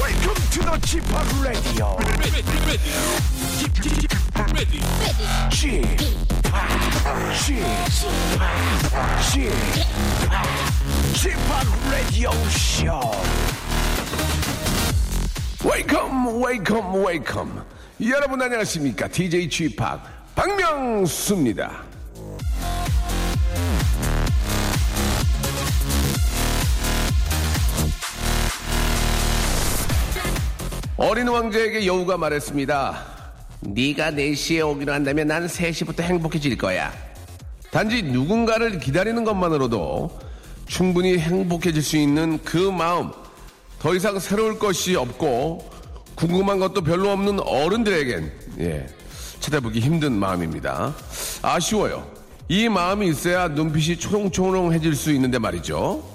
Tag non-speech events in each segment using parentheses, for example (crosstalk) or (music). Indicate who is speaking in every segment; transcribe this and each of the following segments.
Speaker 1: Welcome to the g p o p Radio. g p o p g p o p Radio Show. Welcome, welcome, welcome. 여러분 안녕하십니까? DJ g p o p 박명수입니다. 어린 왕자에게 여우가 말했습니다. 네가 4시에 오기로 한다면 난 3시부터 행복해질 거야. 단지 누군가를 기다리는 것만으로도 충분히 행복해질 수 있는 그 마음. 더 이상 새로울 것이 없고 궁금한 것도 별로 없는 어른들에겐 예, 찾아보기 힘든 마음입니다. 아쉬워요. 이 마음이 있어야 눈빛이 초롱초롱해질 수 있는데 말이죠.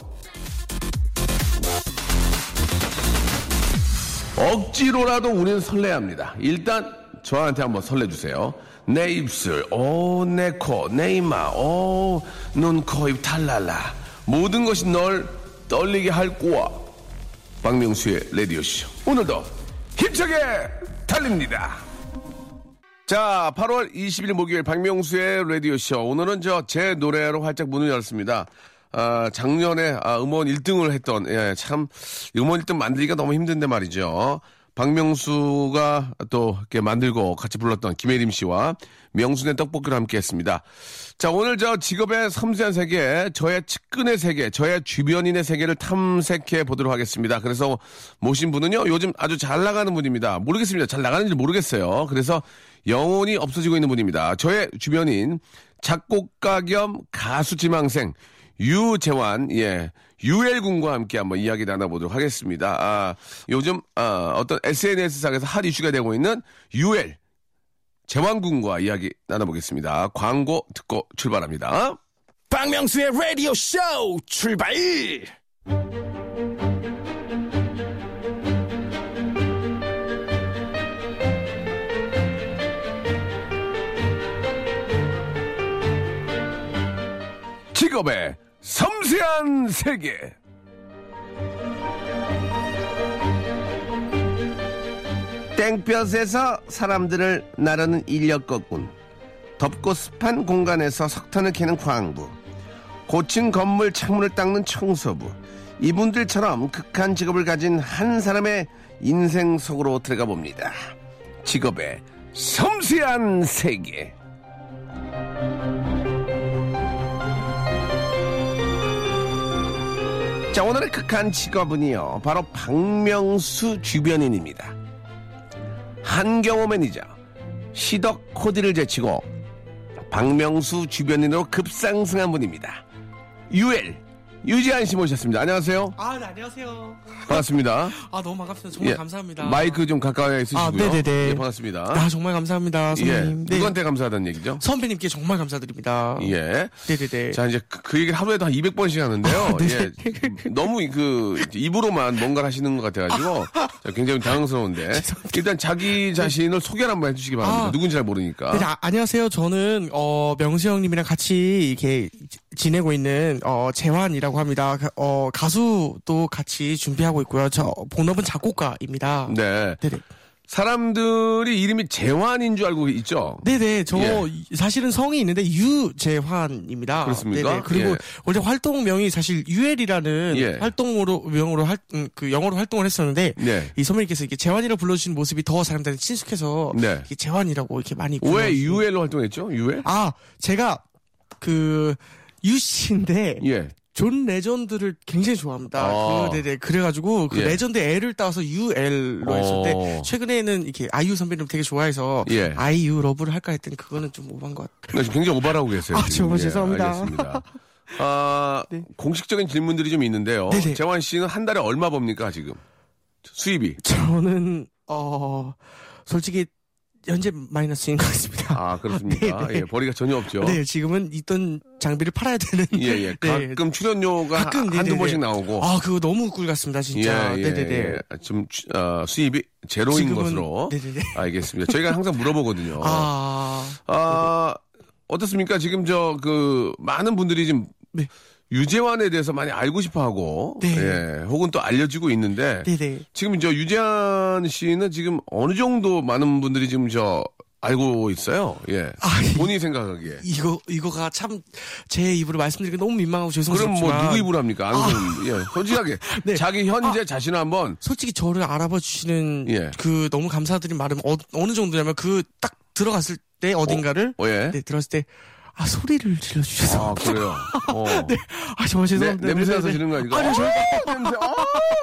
Speaker 1: 억지로라도 우리는 설레야 합니다. 일단 저한테 한번 설레주세요. 내 입술, 오, 내 코, 내 이마, 오, 눈, 코, 입, 탈랄라. 모든 것이 널 떨리게 할 꼬아. 박명수의 레디오쇼. 오늘도 힘차게 달립니다. 자, 8월 20일 목요일 박명수의 라디오쇼. 오늘은 저 제 노래로 활짝 문을 열었습니다. 아, 작년에 아, 음원 1등을 했던, 예, 참, 음원 1등 만들기가 너무 힘든데 말이죠. 박명수가 또 이렇게 만들고 같이 불렀던 김혜림 씨와 명순의 떡볶이를 함께 했습니다. 자, 오늘 저 직업의 섬세한 세계, 저의 측근의 세계, 저의 주변인의 세계를 탐색해 보도록 하겠습니다. 그래서 모신 분은요, 요즘 아주 잘 나가는 분입니다. 모르겠습니다. 잘 나가는지 모르겠어요. 그래서 영혼이 없어지고 있는 분입니다. 저의 주변인, 작곡가 겸 가수 지망생, 유재환, 예. 유엘군과 함께 한번 이야기 나눠보도록 하겠습니다. 아, 요즘, 아, 어떤 SNS상에서 핫 이슈가 되고 있는 유엘, 재환군과 이야기 나눠보겠습니다. 광고 듣고 출발합니다.
Speaker 2: 박명수의 라디오 쇼 출발!
Speaker 1: 직업의 섬세한 세계. 땡볕에서 사람들을 나르는 인력 거군. 덥고 습한 공간에서 석탄을 캐는 광부. 고층 건물 창문을 닦는 청소부. 이분들처럼 극한 직업을 가진 한 사람의 인생 속으로 들어가 봅니다. 직업의 섬세한 세계. 자, 오늘의 극한 직업은요, 바로 박명수 주변인입니다. 한경호 매니저, 시덕 코디를 제치고, 박명수 주변인으로 급상승한 분입니다. 유엘, 유지한 씨 모셨습니다. 안녕하세요.
Speaker 3: 아, 네, 안녕하세요.
Speaker 1: 반갑습니다.
Speaker 3: 아, 너무 반갑습니다. 정말
Speaker 1: 예,
Speaker 3: 감사합니다.
Speaker 1: 마이크 좀 가까이 쓰시고요.
Speaker 3: 아, 네네네.
Speaker 1: 예, 반갑습니다.
Speaker 3: 아, 정말 감사합니다,
Speaker 1: 예.
Speaker 3: 선배님. 네.
Speaker 1: 누구한테 감사하다는 얘기죠?
Speaker 3: 선배님께 정말 감사드립니다.
Speaker 1: 예.
Speaker 3: 네네네. 아, 네.
Speaker 1: 자, 이제 그, 그 얘기를 하루에도 한 200번씩 하는데요. 예. 너무 그, 입으로만 뭔가를 하시는 것
Speaker 3: (laughs)
Speaker 1: 같아가지고 자, 굉장히 당황스러운데. 일단 자기 자신을 소개를 한번 해주시기 바랍니다.
Speaker 3: 아.
Speaker 1: 누군지 잘 모르니까.
Speaker 3: 네, 자, 안녕하세요. 저는 어, 명수 형님이랑 같이 이렇게 지- 지내고 있는 어, 재환이라고 합니다. 가- 어, 가수도 같이 준비하고 있고요. 저 본업은 작곡가입니다.
Speaker 1: 네.
Speaker 3: 네네.
Speaker 1: 사람들이 이름이 재환인 줄 알고 있죠?
Speaker 3: 네네, 저
Speaker 1: 예.
Speaker 3: 이- 사실은 성이 있는데 유재환입니다.
Speaker 1: 그렇습니까?
Speaker 3: 네네, 그리고
Speaker 1: 예.
Speaker 3: 원래 활동명이 사실 유엘이라는
Speaker 1: 예.
Speaker 3: 활동으로 명으로 활, 음, 그 영어로 활동을 했었는데
Speaker 1: 네.
Speaker 3: 이 선배님께서 이렇게 재환이라 불러주신 모습이 더 사람들한테 친숙해서
Speaker 1: 네.
Speaker 3: 이렇게 재환이라고 이렇게 많이
Speaker 1: 왜
Speaker 3: 불러주시고.
Speaker 1: UL로 활동했죠? UL?
Speaker 3: 아 제가 그 유씨인데
Speaker 1: 예.
Speaker 3: 존 레전드를 굉장히 좋아합니다.
Speaker 1: 아.
Speaker 3: 그, 네네. 그래가지고, 그
Speaker 1: 예.
Speaker 3: 레전드 L을 따서 UL로
Speaker 1: 어.
Speaker 3: 했었는데, 최근에는 이렇게 아이유 선배님 되게 좋아해서,
Speaker 1: 예.
Speaker 3: 아이유 러브를 할까 했더니, 그거는 좀 오반 것 같아요.
Speaker 1: 나 지금 굉장히 오바라고 계세요.
Speaker 3: 아,
Speaker 1: 지금. 예,
Speaker 3: 정말 죄송합니다.
Speaker 1: 알겠습니다.
Speaker 3: (laughs)
Speaker 1: 아,
Speaker 3: 네.
Speaker 1: 공식적인 질문들이 좀 있는데요.
Speaker 3: 네네.
Speaker 1: 재환 씨는 한 달에 얼마 법니까, 지금? 수입이?
Speaker 3: 저는, 어, 솔직히, 현재 마이너스인 것 같습니다. (laughs)
Speaker 1: 아 그렇습니까?
Speaker 3: 네, 네.
Speaker 1: 예, 벌이가 전혀 없죠.
Speaker 3: 네, 지금은 있던 장비를 팔아야 되는.
Speaker 1: 예, 예.
Speaker 3: 네.
Speaker 1: 가끔 출연료가
Speaker 3: 가끔,
Speaker 1: 한두
Speaker 3: 네네네.
Speaker 1: 번씩 나오고.
Speaker 3: 아, 그거 너무 꿀 같습니다, 진짜. 네네네.
Speaker 1: 예. 좀 추- 어, 수입이 제로인
Speaker 3: 지금은-
Speaker 1: 것으로
Speaker 3: 네네네.
Speaker 1: 알겠습니다. 저희가 항상 물어보거든요. 아,
Speaker 3: 아,
Speaker 1: 어떻습니까? 지금 저 그 많은 분들이 지금
Speaker 3: 네.
Speaker 1: 유재환에 대해서 많이 알고 싶어 하고,
Speaker 3: 네.
Speaker 1: 예, 혹은 또 알려지고 있는데,
Speaker 3: 네네.
Speaker 1: 지금 저 유재환 씨는 지금 어느 정도 많은 분들이 지금 저 알고 있어요. 예.
Speaker 3: 아, 이-
Speaker 1: 본인이 생각하기에.
Speaker 3: 이거 이거가 참 제 입으로 말씀드리기 너무 민망하고
Speaker 1: 그럼
Speaker 3: 죄송스럽지만 아.
Speaker 1: 뭐 누구 입으로 합니까? 안 그럼, 예. 솔직하게.
Speaker 3: (laughs) 네.
Speaker 1: 자기 현재 자신을 한번
Speaker 3: 솔직히 저를 알아봐 주시는
Speaker 1: 예.
Speaker 3: 그 너무 감사드린 말은 어, 느 정도냐면 그 딱 들어갔을 때 어딘가를
Speaker 1: 어, 예.
Speaker 3: 네, 들었을 때 아, 소리를 질러 주셔서
Speaker 1: 아, 그래요. 어.
Speaker 3: (laughs) 아, 정말
Speaker 1: 네,
Speaker 3: 죄송합니다.
Speaker 1: 냄새 나서
Speaker 3: 네네네.
Speaker 1: 지는 거 아닙니까?
Speaker 3: 아니요,
Speaker 1: 어, 냄새.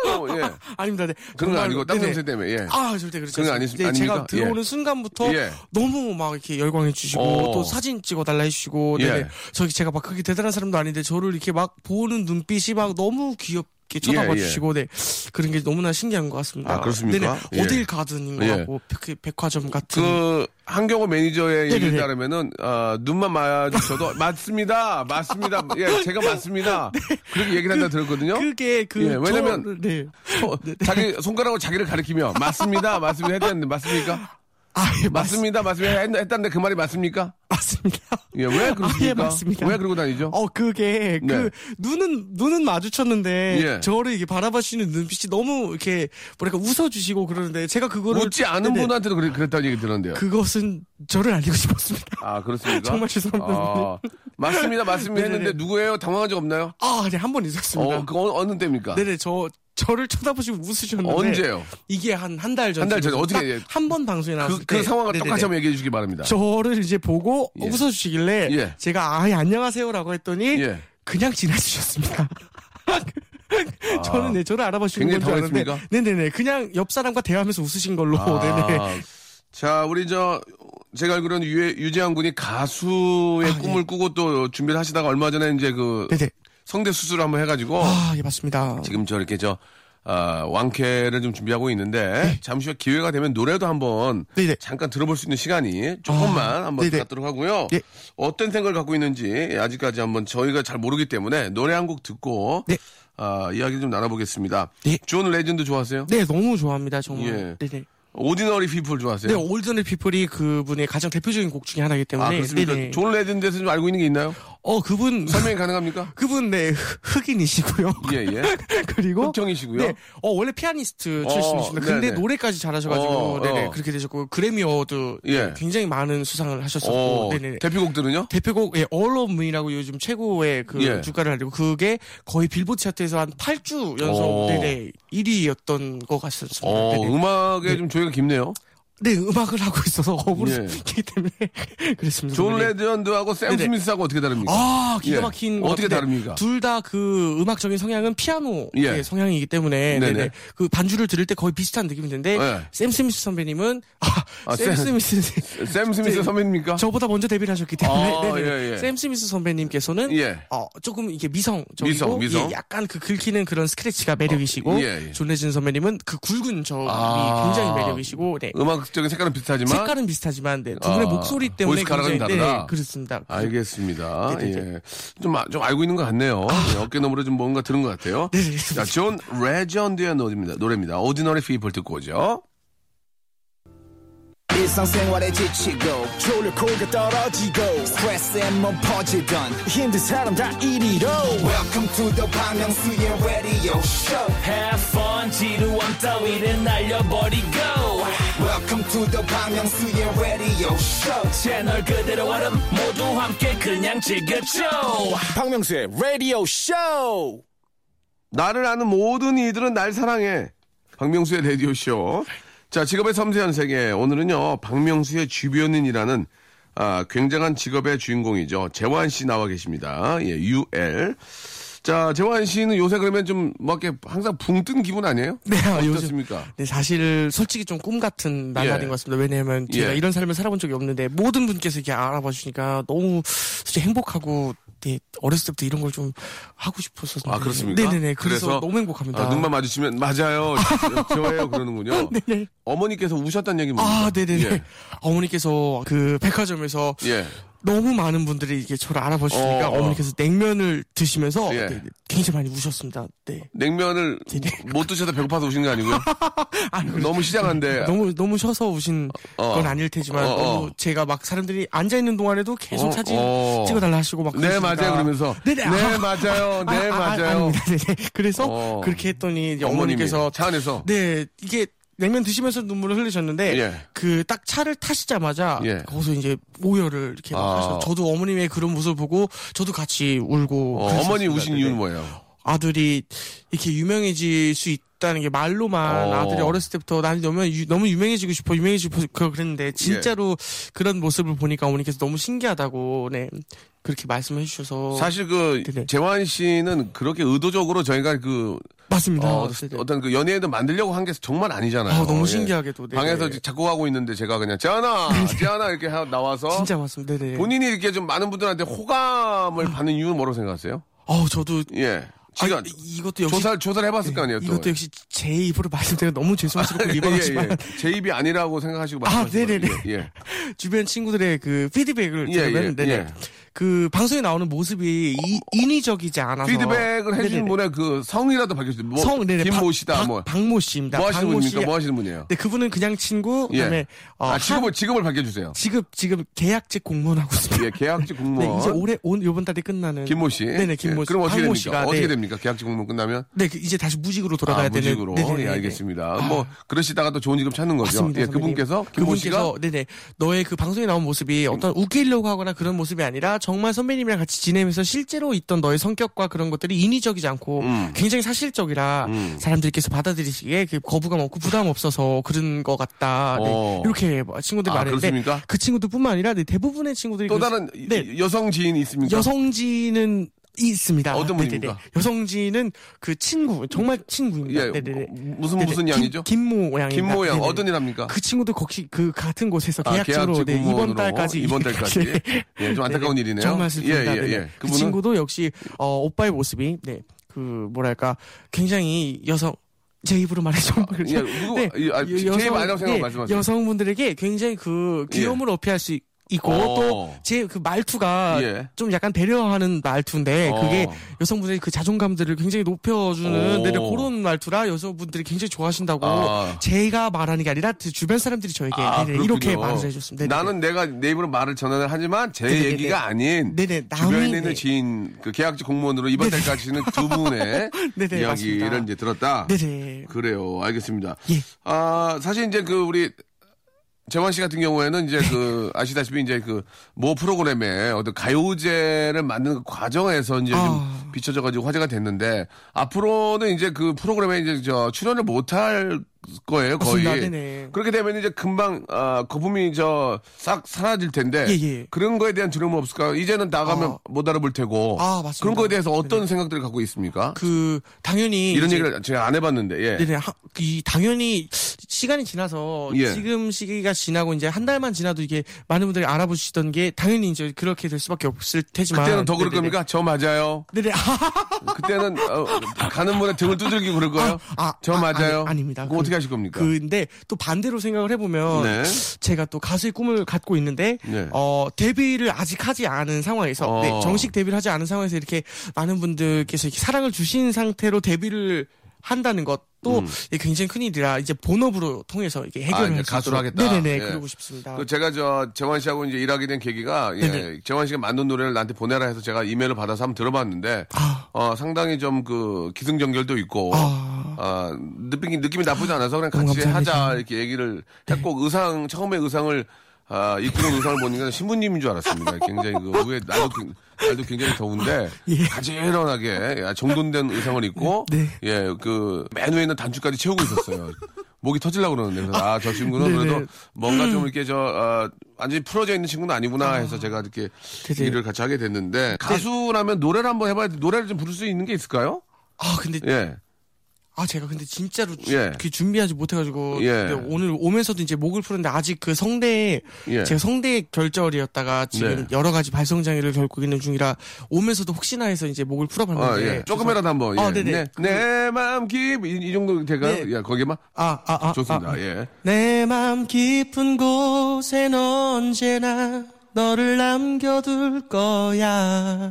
Speaker 1: 어, 예.
Speaker 3: 아닙니다. 네.
Speaker 1: 그런 거
Speaker 3: 정말,
Speaker 1: 아니고 땀
Speaker 3: 네네.
Speaker 1: 냄새 때문에. 예.
Speaker 3: 아 절대 그렇지
Speaker 1: 그건
Speaker 3: 않습니다.
Speaker 1: 아니-
Speaker 3: 네,
Speaker 1: 아닙니까?
Speaker 3: 제가 들어오는 순간부터
Speaker 1: 예.
Speaker 3: 너무 막 이렇게 열광해 주시고
Speaker 1: 어.
Speaker 3: 또 사진 찍어 달라 해주시고
Speaker 1: 예.
Speaker 3: 네네. 저기 제가 막 그렇게 대단한 사람도 아닌데 저를 이렇게 막 보는 눈빛이 막 너무 귀엽게 쳐다봐
Speaker 1: 예, 예.
Speaker 3: 주시고 네 그런 게 너무나 신기한 것 같습니다.
Speaker 1: 아, 그렇습니까? 예.
Speaker 3: 네네. 어딜 가든
Speaker 1: 예.
Speaker 3: 뭐 백- 백화점 같은
Speaker 1: 그 한경호 매니저의 얘기를
Speaker 3: 네네네.
Speaker 1: 따르면은 아, 눈만
Speaker 3: (laughs)
Speaker 1: 마주쳐도 맞습니다, 맞습니다, 예, 제가 맞습니다. 그렇게 얘기를 한다 들었거든요.
Speaker 3: 네. 그게 그
Speaker 1: 예, 왜냐면-
Speaker 3: 저를- 네.
Speaker 1: 어, 자기 손가락으로 자기를 가리키며 맞습니다, 맞습니다 했다는데 맞습니까?
Speaker 3: 아, 예, (laughs) 맞,
Speaker 1: 맞습니다, 맞습니다 했- 했다는데 그 말이 맞습니까?
Speaker 3: 맞습니다.
Speaker 1: 예, 왜 그렇습니까?
Speaker 3: 아, 예, 맞습니다.
Speaker 1: 왜 그러고 다니죠?
Speaker 3: 어 그게
Speaker 1: 네.
Speaker 3: 그 눈은 눈은 마주쳤는데
Speaker 1: 예.
Speaker 3: 저를 이렇게 바라봐주시는 눈빛이 너무 이렇게 뭐랄까 웃어주시고 그러는데 제가 그거를
Speaker 1: 웃지 않은
Speaker 3: 네네.
Speaker 1: 분한테도 그랬, 그랬다는 얘기 들었는데요.
Speaker 3: 그것은 저를 알리고 싶었습니다. (laughs)
Speaker 1: 아 그렇습니까?
Speaker 3: 정말 죄송합니다.
Speaker 1: 아, 맞습니다, 맞습니다 했는데
Speaker 3: 네네네.
Speaker 1: 누구예요? 당황한 적 없나요?
Speaker 3: 아, 네, 한 번 있었습니다.
Speaker 1: 어, 그 어- 어느 때입니까?
Speaker 3: 네네, 저 저를 쳐다보시고 웃으셨는데
Speaker 1: 언제요?
Speaker 3: 이게 한 한 달 전.
Speaker 1: 한달 전에 어떻게, 예.
Speaker 3: 한번 방송에 나왔을
Speaker 1: 그,
Speaker 3: 때.
Speaker 1: 그 상황을
Speaker 3: 아, 네네네.
Speaker 1: 똑같이 한번 얘기해 주시기 바랍니다.
Speaker 3: 저를 이제 보고
Speaker 1: 예.
Speaker 3: 웃어주시길래
Speaker 1: 예.
Speaker 3: 제가 아예 안녕하세요라고 했더니
Speaker 1: 예. 아. (laughs)
Speaker 3: 그냥 지나주셨습니다. 저는 네 저를 알아보시는
Speaker 1: 굉장히
Speaker 3: 건줄 알았는데
Speaker 1: 당황했습니까?
Speaker 3: 네네네 그냥 옆 사람과 대화하면서 웃으신 걸로
Speaker 1: 아,
Speaker 3: 네네
Speaker 1: 자, 우리 저 제가 알기로는 유, 재환 군이 가수의
Speaker 3: 아,
Speaker 1: 꿈을 꾸고 또 준비를 하시다가 얼마 전에 이제 그
Speaker 3: 네네
Speaker 1: 성대 수술을 한번 해가지고
Speaker 3: 아예 맞습니다
Speaker 1: 지금 저렇게 저 아, 왕쾌를 좀 준비하고 있는데 잠시 후 기회가 되면 노래도 한번
Speaker 3: 네. 네네.
Speaker 1: 잠깐 들어볼 수 있는 시간이 조금만
Speaker 3: 아,
Speaker 1: 한번
Speaker 3: 네네.
Speaker 1: 갖도록 하고요.
Speaker 3: 예.
Speaker 1: 어떤 생각을 갖고 있는지 아직까지 한번 저희가 잘 모르기 때문에 노래 한 곡 듣고
Speaker 3: 네.
Speaker 1: 아, 이야기 좀 나눠보겠습니다.
Speaker 3: 네.
Speaker 1: 존 레전드 좋아하세요?
Speaker 3: 네 너무 좋아합니다 정말
Speaker 1: 예.
Speaker 3: 네네
Speaker 1: 오디너리 피플 좋아하세요?
Speaker 3: 네, 올드널 피플이 그분의 가장 대표적인 곡 중에 하나이기
Speaker 1: 아,
Speaker 3: 때문에.
Speaker 1: 그렇습니까?
Speaker 3: 네네.
Speaker 1: 존 레전드에서 좀 알고 있는 게 있나요?
Speaker 3: 어, 그분
Speaker 1: 설명이 가능합니까?
Speaker 3: (laughs) 그분 네, 흑- 흑인이시고요.
Speaker 1: 예, 예.
Speaker 3: (laughs) 그리고
Speaker 1: 흑형이시고요.
Speaker 3: 네. 어, 원래 피아니스트
Speaker 1: 어,
Speaker 3: 출신이십니다. 근데
Speaker 1: 네네.
Speaker 3: 노래까지 잘하셔 가지고
Speaker 1: 어,
Speaker 3: 네네.
Speaker 1: 어.
Speaker 3: 그렇게 되셨고 그래미 어워드 네,
Speaker 1: 예.
Speaker 3: 굉장히 많은 수상을 하셨었고.
Speaker 1: 어,
Speaker 3: 네네.
Speaker 1: 대표곡들은요?
Speaker 3: 대표곡 예, All of Me라고 요즘 최고의 그
Speaker 1: 예.
Speaker 3: 주가를 알리고 그게 거의 빌보드 차트에서 한 8주 연속
Speaker 1: 어.
Speaker 3: 네네 1위였던 것 같습니다.
Speaker 1: 어,
Speaker 3: 네네.
Speaker 1: 음악에 좀 조예가 깊네요.
Speaker 3: 네, 음악을 하고 있어서 거부를
Speaker 1: 예.
Speaker 3: 시키기 때문에 (laughs) 그랬습니다.
Speaker 1: 존
Speaker 3: 네네.
Speaker 1: 레전드하고 샘
Speaker 3: 네네.
Speaker 1: 스미스하고 어떻게 다릅니까?
Speaker 3: 아,
Speaker 1: 예.
Speaker 3: 기가 막힌 것
Speaker 1: 어떻게 다릅니까?
Speaker 3: 둘다 그 음악적인 성향은 피아노
Speaker 1: 예.
Speaker 3: 의 성향이기 때문에
Speaker 1: 네네.
Speaker 3: 네네. 그 반주를 들을 때 거의 비슷한 느낌인데
Speaker 1: 예.
Speaker 3: 샘 스미스 선배님은 아,
Speaker 1: 아,
Speaker 3: 샘
Speaker 1: 샘-
Speaker 3: 스미스
Speaker 1: 샘 스미스
Speaker 3: 네.
Speaker 1: 선배입니까?
Speaker 3: 저보다 먼저 데뷔를 하셨기 때문에
Speaker 1: 아,
Speaker 3: 네네.
Speaker 1: 예, 예.
Speaker 3: 샘 스미스 선배님께서는
Speaker 1: 예.
Speaker 3: 어, 조금 이게 미성적이고
Speaker 1: 미성, 미성.
Speaker 3: 예, 약간 그 긁히는 그런 스크래치가 매력이시고
Speaker 1: 어, 예, 예.
Speaker 3: 존레진 선배님은 그 굵은 저음이
Speaker 1: 아.
Speaker 3: 굉장히 매력이시고 네.
Speaker 1: 음악적인 색깔은 비슷하지만
Speaker 3: 색깔은 비슷하지만 네. 두 분의
Speaker 1: 아,
Speaker 3: 목소리 때문에
Speaker 1: 보이스 카라가 좀
Speaker 3: 굉장히 네,
Speaker 1: 다르다. 아,
Speaker 3: 그렇습니다.
Speaker 1: 알겠습니다.
Speaker 3: 네, 네,
Speaker 1: 예. 좀, 아- 좀 알고 있는 것 같네요. 예, 어깨너머로 좀 뭔가 들은 것 같아요.
Speaker 3: 네, 네.
Speaker 1: 자, 존 레전드의 노래입니다. 노래입니다. 오디너리 피플 듣고 오죠.
Speaker 4: 일상생활에 지치고,
Speaker 2: 졸려 코가 떨어지고
Speaker 4: 스트레스에 몸 퍼지던,
Speaker 2: 힘든 사람 다 이리로
Speaker 4: welcome to the Bang Myung-soo's radio show
Speaker 5: Have fun 지루함 따위를 날려버리고
Speaker 4: welcome to the Bang Myung-soo's radio show
Speaker 5: 채널 그대로 얼음 모두 함께 그냥 즐겨줘
Speaker 2: 박명수의 라디오 쇼
Speaker 1: 나를 아는 모든 이들은 날 사랑해. 박명수의 라디오쇼. 자, 직업의 섬세한 세계. 오늘은요, 박명수의 주변인이라는 아, 굉장한 직업의 주인공이죠. 재환 씨 나와 계십니다. 예, UL. 자, 재환 씨는 요새 그러면 좀, 뭐, 이렇게 항상 붕 뜬 기분 아니에요?
Speaker 3: 네, 아, 요즘-
Speaker 1: 어떻습니까?
Speaker 3: 네, 사실 솔직히 좀 꿈 같은 날날인
Speaker 1: 예.
Speaker 3: 것 같습니다. 왜냐하면 제가
Speaker 1: 예. 이런
Speaker 3: 이런 삶을 살아본 적이 없는데 모든 분께서 이렇게 알아봐 주니까 너무 진짜 행복하고 네, 어렸을 때부터 이런 걸 좀 하고 싶었었는데.
Speaker 1: 아, 그렇습니다.
Speaker 3: 네네네. 그래서, 너무 행복합니다.
Speaker 1: 아, 눈만 마주치면,
Speaker 3: (laughs)
Speaker 1: 맞아요. 저- 저예요. 그러는군요.
Speaker 3: 네네.
Speaker 1: 어머니께서 우셨다는 얘기 뭡니까?
Speaker 3: (laughs) 아, 네네네.
Speaker 1: 예.
Speaker 3: 어머니께서 그 백화점에서
Speaker 1: 예.
Speaker 3: 너무 많은 분들이 이렇게 저를 알아보시니까
Speaker 1: 어, 어.
Speaker 3: 어, 머니께서 냉면을 드시면서
Speaker 1: 예.
Speaker 3: 네, 네, 굉장히 많이 우셨습니다. 네.
Speaker 1: 냉면을
Speaker 3: (laughs) 진짜.
Speaker 1: 못 드셔서 배고파서 오신 거
Speaker 3: (laughs)
Speaker 1: 아니고요? 너무 시장한데.
Speaker 3: 너무 너무 쉬어서 우신
Speaker 1: 예. 어.
Speaker 3: 건 아닐 테지만
Speaker 1: 어, 어.
Speaker 3: 너무 제가 막 사람들이 앉아 있는 동안에도 계속
Speaker 1: 어,
Speaker 3: 사진
Speaker 1: 어.
Speaker 3: 찍어달라 하시고 막
Speaker 1: 네,
Speaker 3: 그러시니까.
Speaker 1: 맞아요. 그러면서.
Speaker 3: 네네.
Speaker 1: 네,
Speaker 3: 아,
Speaker 1: 맞아요.
Speaker 3: 아,
Speaker 1: 네,
Speaker 3: 아, 아,
Speaker 1: 맞아요.
Speaker 3: 아닙니다. (laughs) 네네. 그래서
Speaker 1: 어.
Speaker 3: 그렇게 했더니 이제
Speaker 1: 어머님이
Speaker 3: 어머님께서
Speaker 1: 차 안에서?
Speaker 3: 네 이게 냉면 드시면서 눈물을 흘리셨는데
Speaker 1: 예.
Speaker 3: 그 딱 차를 타시자마자
Speaker 1: 예.
Speaker 3: 거기서 이제 오열을 이렇게 막
Speaker 1: 아.
Speaker 3: 하셔서 저도 어머님의 그런 모습을 보고 저도 같이 울고
Speaker 1: 어, 머니
Speaker 3: 그랬었습니다.
Speaker 1: 우신
Speaker 3: 네네.
Speaker 1: 이유는 뭐예요?
Speaker 3: 아들이 이렇게 유명해질 수 있다는 게 말로만
Speaker 1: 어.
Speaker 3: 아들이 어렸을 때부터 나는 너무, 유, 너무 유명해지고 싶어 유명해지고 싶어
Speaker 1: 예.
Speaker 3: 그랬는데 진짜로 그런 모습을 보니까 어머니께서 너무 신기하다고 네 그렇게 말씀해 주셔서
Speaker 1: 사실 그
Speaker 3: 어, 네네.
Speaker 1: 재환 씨는 그렇게 의도적으로 저희가 그
Speaker 3: 맞습니다.
Speaker 1: 어,
Speaker 3: 네네.
Speaker 1: 어떤 그 연예인을 만들려고 한 게 정말 아니잖아요.
Speaker 3: 아, 너무
Speaker 1: 예.
Speaker 3: 신기하게도, 네.
Speaker 1: 방에서 작곡하고 있는데 제가 그냥
Speaker 3: (laughs)
Speaker 1: 재환아, 재환아 이렇게 하- 나와서
Speaker 3: 진짜 맞습니다. 네네.
Speaker 1: 본인이 이렇게 좀 많은 분들한테 호감을 받는 이유는 뭐라고 생각하세요?
Speaker 3: 어 저도
Speaker 1: 예. 지금
Speaker 3: 아, 이- 이것도 역시 예,
Speaker 1: 조사를 조사를 해봤을 거 아니에요. 또.
Speaker 3: 이것도 역시 제 입으로 말씀드려 너무 죄송스럽고
Speaker 1: (laughs) 예,
Speaker 3: 미안하지만 (laughs)
Speaker 1: 예. 제 입이 아니라고 생각하시고
Speaker 3: 아,
Speaker 1: 말씀하시는
Speaker 3: 네네네.
Speaker 1: 거예요. 예, 예.
Speaker 3: 주변 친구들의 그 피드백을
Speaker 1: 예,
Speaker 3: 들으면
Speaker 1: 예,
Speaker 3: 네네.
Speaker 1: 예.
Speaker 3: 그 방송에 나오는 모습이 이, 인위적이지 않아서
Speaker 1: 피드백을 해주신
Speaker 3: 네네네.
Speaker 1: 분의 그 성이라도 밝혀주세요. 뭐,
Speaker 3: 성 네네
Speaker 1: 김모 씨다.
Speaker 3: 박,
Speaker 1: 뭐.
Speaker 3: 박모 씨입니다.
Speaker 1: 뭐 하시는
Speaker 3: 박모
Speaker 1: 분입니까?
Speaker 3: 씨.
Speaker 1: 뭐 하시는 분이에요?
Speaker 3: 네 그분은 그냥 친구
Speaker 1: 예.
Speaker 3: 그다음에 어,
Speaker 1: 아,
Speaker 3: 한-
Speaker 1: 지금을, 지금을
Speaker 3: (laughs)
Speaker 1: 밝혀주세요.
Speaker 3: 지금 지금 계약직 공무원하고 있습니다.
Speaker 1: 예, 계약직
Speaker 3: 네,
Speaker 1: 공무원.
Speaker 3: 이제 올해 온 이번 달에 끝나는
Speaker 1: 김모 씨.
Speaker 3: 네네
Speaker 1: 예,
Speaker 3: 김모 씨.
Speaker 1: 그럼 어떻게
Speaker 3: 박모
Speaker 1: 됩니까?
Speaker 3: 씨가
Speaker 1: 어떻게
Speaker 3: 네.
Speaker 1: 됩니까? 계약직 공무원 끝나면?
Speaker 3: 네, 그 이제 다시 무직으로 돌아가야
Speaker 1: 아,
Speaker 3: 되는 네, 아.
Speaker 1: 무직으로. 예, 알겠습니다. 뭐, 그러시다가 또 좋은 직업 찾는 거죠.
Speaker 3: 맞습니다.
Speaker 1: 예,
Speaker 3: 선배님.
Speaker 1: 그분께서, 김모 씨가. 음.
Speaker 3: 그분께서 네네 너의 그 방송에 나온 모습이 어떤 웃기려고 하거나 그런 모습이 아니라 정말 선배님이랑 같이 지내면서 실제로 있던 너의 성격과 그런 것들이 인위적이지 않고
Speaker 1: 음.
Speaker 3: 굉장히 사실적이라 사람들께서 받아들이시기에 그 거부감 없고 부담 없어서 그런 것 같다. 네,
Speaker 1: 어.
Speaker 3: 이렇게 뭐 친구들이
Speaker 1: 아,
Speaker 3: 말했는데
Speaker 1: 그렇습니까?
Speaker 3: 그 친구들뿐만 아니라 네, 대부분의 친구들이
Speaker 1: 또
Speaker 3: 그-
Speaker 1: 다른
Speaker 3: 네.
Speaker 1: 여성 지인이 있습니까?
Speaker 3: 여성지는 있습니다.
Speaker 1: 어떤
Speaker 3: 네네네.
Speaker 1: 분입니까?
Speaker 3: 여성지는 그 친구, 정말 친구입니다.
Speaker 1: 예,
Speaker 3: 아, 네네네.
Speaker 1: 무슨- 무슨
Speaker 3: 네네.
Speaker 1: 양이죠?
Speaker 3: 김, 김모 양입니다.
Speaker 1: 김모 양,
Speaker 3: 네네.
Speaker 1: 어떤 일 합니까?
Speaker 3: 그 친구도 거기 그 같은 곳에서
Speaker 1: 아,
Speaker 3: 계약직으로
Speaker 1: 계약직
Speaker 3: 네,
Speaker 1: 공무원으로
Speaker 3: (laughs) 이번 달까지
Speaker 1: 이번 달까지.
Speaker 3: 네.
Speaker 1: 예, 좀 안타까운
Speaker 3: 네네.
Speaker 1: 일이네요.
Speaker 3: 정말 슬픕니다.
Speaker 1: 예, 예,
Speaker 3: 네네.
Speaker 1: 예.
Speaker 3: 그
Speaker 1: 그분은?
Speaker 3: 친구도 역시 어, 오빠의 모습이 네. 그 뭐랄까 굉장히 여성 제 입으로 말해서 좀 그렇죠. 네,
Speaker 1: 예, 누구- 예, 아, 제 입 아니라고 생각 말씀하세요. 예.
Speaker 3: 여성분들에게 굉장히 그 귀여움을 어필할 수 있고
Speaker 1: 어.
Speaker 3: 또 제 그 말투가
Speaker 1: 예.
Speaker 3: 좀 약간 배려하는 말투인데
Speaker 1: 어.
Speaker 3: 그게 여성분들이 그 자존감들을 굉장히
Speaker 1: 오.
Speaker 3: 높여주는 내려 그런 말투라 여성분들이 굉장히 좋아하신다고
Speaker 1: 아.
Speaker 3: 제가 말하는 게 아니라 그 주변 사람들이 저에게
Speaker 1: 아,
Speaker 3: 네네, 이렇게
Speaker 1: 그렇군요.
Speaker 3: 말을 해줬습니다. 네네.
Speaker 1: 나는 내가 내 입으로 말을 전환을 하지만 제
Speaker 3: 네네네.
Speaker 1: 얘기가 아닌
Speaker 3: 네네, 남이-
Speaker 1: 주변에 있는
Speaker 3: 네.
Speaker 1: 지인 그 계약직 공무원으로 이번
Speaker 3: 네네.
Speaker 1: 달까지는 두 분의
Speaker 3: (laughs) 네네,
Speaker 1: 이야기를
Speaker 3: 맞습니다.
Speaker 1: 이제 들었다.
Speaker 3: 네네.
Speaker 1: 그래요. 알겠습니다.
Speaker 3: 예.
Speaker 1: 아, 사실 이제 그 우리 재환 씨 같은 경우에는 이제 그
Speaker 3: 네.
Speaker 1: 아시다시피 이제 그 모 프로그램에 어떤 가요제를 만드는 그 과정에서 이제
Speaker 3: 아.
Speaker 1: 좀 비춰져 가지고 화제가 됐는데 앞으로는 이제 그 프로그램에 이제 저 출연을 못 할 거예요, 거의.
Speaker 3: 맞습니다. 네네.
Speaker 1: 그렇게 되면 이제 금방 아, 거품이 저 싹 사라질 텐데
Speaker 3: 예, 예.
Speaker 1: 그런 거에 대한 두려움은 없을까요? 이제는 나가면
Speaker 3: 어.
Speaker 1: 못 알아볼 테고
Speaker 3: 아, 맞습니다.
Speaker 1: 그런 거에 대해서 어떤 생각들을 갖고 있습니까?
Speaker 3: 그 당연히
Speaker 1: 이런
Speaker 3: 이제
Speaker 1: 얘기를 제가 안 해봤는데 예.
Speaker 3: 네네. 하- 이 당연히 시간이 지나서
Speaker 1: 예.
Speaker 3: 지금 시기가 지나고 이제 한 달만 지나도 이게 많은 분들이 알아보시던 게 당연히 이제 그렇게 될 수밖에 없을 테지만
Speaker 1: 그때는 더 그럴
Speaker 3: 네네네.
Speaker 1: 겁니까? 저 맞아요.
Speaker 3: 네네.
Speaker 1: 그때는 어, 가는 분에 등을 두들기고 그럴 거예요. 저 맞아요.
Speaker 3: 아니, 아닙니다.
Speaker 1: 그거 어떻게 하실 겁니까?
Speaker 3: 근데 또 반대로 생각을 해보면
Speaker 1: 네.
Speaker 3: 제가 또 가수의 꿈을 갖고 있는데
Speaker 1: 네.
Speaker 3: 어, 데뷔를 아직 하지 않은 상황에서
Speaker 1: 어.
Speaker 3: 네, 정식 데뷔를 하지 않은 상황에서 이렇게 많은 분들께서 이렇게 사랑을 주신 상태로 데뷔를 한다는 것도 이게 굉장히 큰 일이라 이제 본업으로 통해서 이게
Speaker 1: 음. 아,
Speaker 3: 해결을
Speaker 1: 이제
Speaker 3: 할수
Speaker 1: 가수로
Speaker 3: 있도록.
Speaker 1: 하겠다.
Speaker 3: 네네네
Speaker 1: 예.
Speaker 3: 그러고 싶습니다.
Speaker 1: 그 제가 저 재환 씨하고 이제 일하게 된 계기가 예,
Speaker 3: 네네.
Speaker 1: 재환 씨가 만든 노래를 나한테 보내라 해서 제가 이메일을 받아서 한번 들어봤는데
Speaker 3: 아.
Speaker 1: 어, 상당히 좀 그 기승전결도 있고
Speaker 3: 아.
Speaker 1: 아, 느낌이 느낌이 나쁘지 않아서 그냥
Speaker 3: 너무
Speaker 1: 같이
Speaker 3: 감사합니다. 네.
Speaker 1: 하자 이렇게 얘기를 했고 그 의상 처음에 의상을 아, 입고 온 의상을 보니까 신부님인 줄 알았습니다. 굉장히 그 후에 날도, 굉- 날도 굉장히 더운데
Speaker 3: 예.
Speaker 1: 가지런하게 예, 정돈된 의상을 입고
Speaker 3: 네.
Speaker 1: 예, 그 맨 위에 있는 단추까지 채우고 있었어요. 목이 터질라 그러는데 그래서 아, 저 친구는
Speaker 3: 네네.
Speaker 1: 그래도 뭔가
Speaker 3: 음.
Speaker 1: 좀 이렇게 저 아, 완전히 풀어져 있는 친구는 아니구나 해서 제가 이렇게
Speaker 3: 네네.
Speaker 1: 일을 같이 하게
Speaker 3: 네.
Speaker 1: 됐는데 가수라면 노래를 한번 해봐야 돼. 노래를 좀 부를 수 있는 게 있을까요?
Speaker 3: 아 근데
Speaker 1: 예.
Speaker 3: 아 제가 근데 진짜로 주-
Speaker 1: 예.
Speaker 3: 그 준비하지 못해가지고
Speaker 1: 예.
Speaker 3: 근데 오늘 오면서도 이제 목을 푸는데 아직 그 성대
Speaker 1: 예.
Speaker 3: 제가 성대 결절이었다가 지금
Speaker 1: 네.
Speaker 3: 여러 가지 발성 장애를 겪고 있는 중이라 오면서도 혹시나 해서 이제 목을
Speaker 1: 아,
Speaker 3: 네. 풀어봤는데
Speaker 1: 예. 조금이라도 한번. 예.
Speaker 3: 아, 네네.
Speaker 1: 네.
Speaker 3: 그-
Speaker 1: 내 마음 깊이 이, 이 정도 될까요?
Speaker 3: 네.
Speaker 1: 야, 거기만
Speaker 3: 아아아
Speaker 1: 예.
Speaker 3: 아, 아,
Speaker 1: 좋습니다.
Speaker 3: 아.
Speaker 1: 예.
Speaker 3: 내 마음 깊은 곳엔 언제나 너를 남겨둘 거야.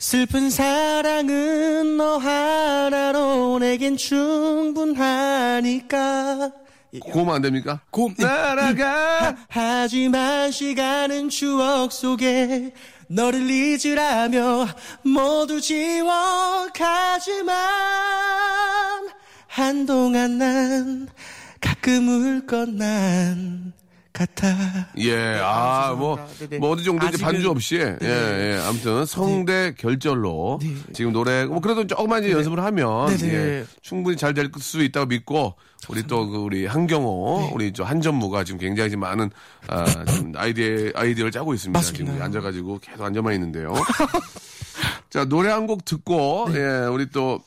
Speaker 3: 슬픈 사랑은 너 하나로 내겐 충분하니까.
Speaker 1: 고음 안 됩니까?
Speaker 3: 고음.
Speaker 1: 날아가.
Speaker 3: 하지만 시간은 추억 속에 너를 잊으라며 모두 지워가지만 한동안 난 가끔 울 것 난 같아.
Speaker 1: 예, 아, 뭐,
Speaker 3: 죄송합니다. 네, 네네.
Speaker 1: 뭐 어느 정도인지
Speaker 3: 아직은- 네.
Speaker 1: 반주 없이, 예, 예, 아무튼 성대 결절로 지금 노래, 뭐 그래도 조금만 이제 연습을 하면
Speaker 3: 네. 네네.
Speaker 1: 예, 충분히 잘 될 수 있다고 믿고 우리 또 그 우리 한경호,
Speaker 3: 네.
Speaker 1: 우리 저 한전무가 지금 굉장히 지금 많은 아, 지금 아이디어 아이디어를 짜고 있습니다.
Speaker 3: 맞습니다.
Speaker 1: 지금 앉아가지고 계속 앉아만
Speaker 3: (laughs)
Speaker 1: 있는데요. 자, 노래 한 곡 듣고
Speaker 3: 네.
Speaker 1: 예, 우리 또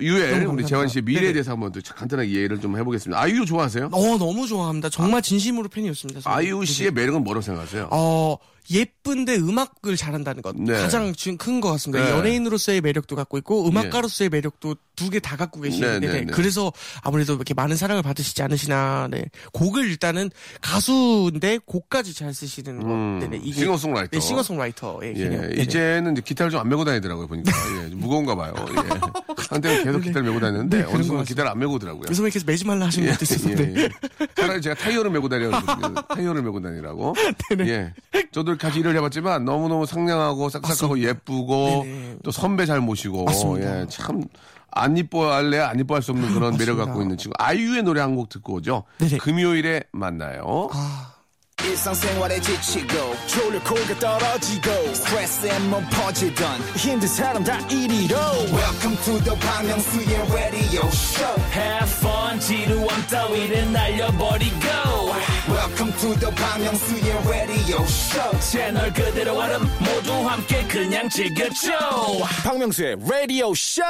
Speaker 1: 유엘 우리 재환 씨의 미래에 대해서 한번 또 간단하게 이해를 좀 해보겠습니다. 아이유 좋아하세요?
Speaker 3: 어 너무 좋아합니다. 정말 진심으로 팬이었습니다. 저는.
Speaker 1: 아이유 씨의
Speaker 3: 네.
Speaker 1: 매력은 뭐라고 생각하세요?
Speaker 3: 어 예쁜데 음악을 잘한다는 것
Speaker 1: 네.
Speaker 3: 가장 지금 큰 것 같습니다.
Speaker 1: 네.
Speaker 3: 연예인으로서의 매력도 갖고 있고 음악가로서의 매력도 두 개 다 갖고 계시는데
Speaker 1: 네, 네, 네.
Speaker 3: 그래서 아무래도 이렇게 많은 사랑을 받으시지 않으시나 네. 곡을 일단은 가수인데 곡까지 잘 쓰시는 것 때문에 이게-
Speaker 1: 음, 싱어송라이터.
Speaker 3: 네, 싱어송라이터의
Speaker 1: 예,
Speaker 3: 개념. 네네.
Speaker 1: 이제는 이제 기타를 좀 안 메고 다니더라고요 보니까 예, 좀 무거운가 봐요. 예. 한때는 계속 기타를 메고 다녔는데
Speaker 3: 네,
Speaker 1: 어느
Speaker 3: 그런
Speaker 1: 순간
Speaker 3: 것
Speaker 1: 기타를 안 메고 오더라고요.
Speaker 3: 요즘에 계속 매지 말라 하시는 것도 있었는데
Speaker 1: 예, 예. 차라리 제가 타이어를 메고 다니라고 타이어를 메고 다니라고.
Speaker 3: 네,
Speaker 1: 예. 저도 같이 일을 해봤지만 너무너무 상냥하고 싹싹하고 예쁘고
Speaker 3: 네네.
Speaker 1: 또 선배 잘 모시고
Speaker 3: 맞습니다.
Speaker 1: 예, 참 안 이뻐할래 안 이뻐할 수 없는 그런 매력
Speaker 3: 맞습니다.
Speaker 1: 갖고 있는 친구 아이유의 노래 한 곡 듣고 오죠.
Speaker 3: 네네. 아,
Speaker 1: 금요일에 만나요.
Speaker 4: 일상생활에 지치고,
Speaker 2: 졸려 코가 떨어지고
Speaker 4: 스트레스에 몸 퍼지던,
Speaker 2: 힘든 사람 다 이리로
Speaker 4: welcome to the Bang Myung-soo's radio show
Speaker 5: Have fun 지루함 따위를 날려버리고
Speaker 4: welcome to the Bang Myung-soo's radio show
Speaker 5: 그 채널 그대로 얼음 모두 함께 그냥 즐겨줘
Speaker 2: 박명수의 라디오 쇼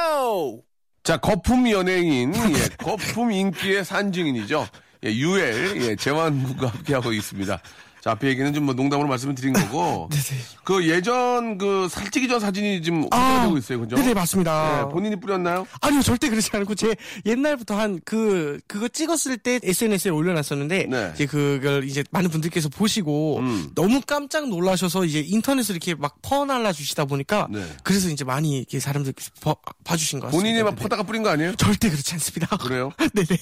Speaker 1: 자, 거품 연예인, 예, 거품 인기의 산증인이죠. 예, 유엘, 예, 재환국과 함께하고 있습니다. 자, 앞에 얘기는 좀 뭐 농담으로 말씀을 드린 거고.
Speaker 3: (laughs)
Speaker 1: 그 예전 그 살찌기 전 사진이 지금
Speaker 3: 네, 아,
Speaker 1: 공개가 되고 있어요, 그죠?
Speaker 3: 네네 맞습니다.
Speaker 1: 예, 본인이 뿌렸나요?
Speaker 3: 아니요, 절대 그러지 않고 제 옛날부터 한 그 그거 찍었을 때 SNS에 올려놨었는데
Speaker 1: 네. 음.
Speaker 3: 이제 그걸 이제 많은 분들께서 보시고 너무 깜짝 놀라셔서 이제 인터넷으로 이렇게 막 퍼날라 주시다 보니까
Speaker 1: 네.
Speaker 3: 그래서 이제 많이 이렇게 사람들께서 봐, 봐주신 것 같습니다.
Speaker 1: 본인이 막
Speaker 3: 네네.
Speaker 1: 퍼다가 뿌린 거 아니에요?
Speaker 3: 절대 그렇지 않습니다. (laughs)
Speaker 1: 그래요?
Speaker 3: 네네.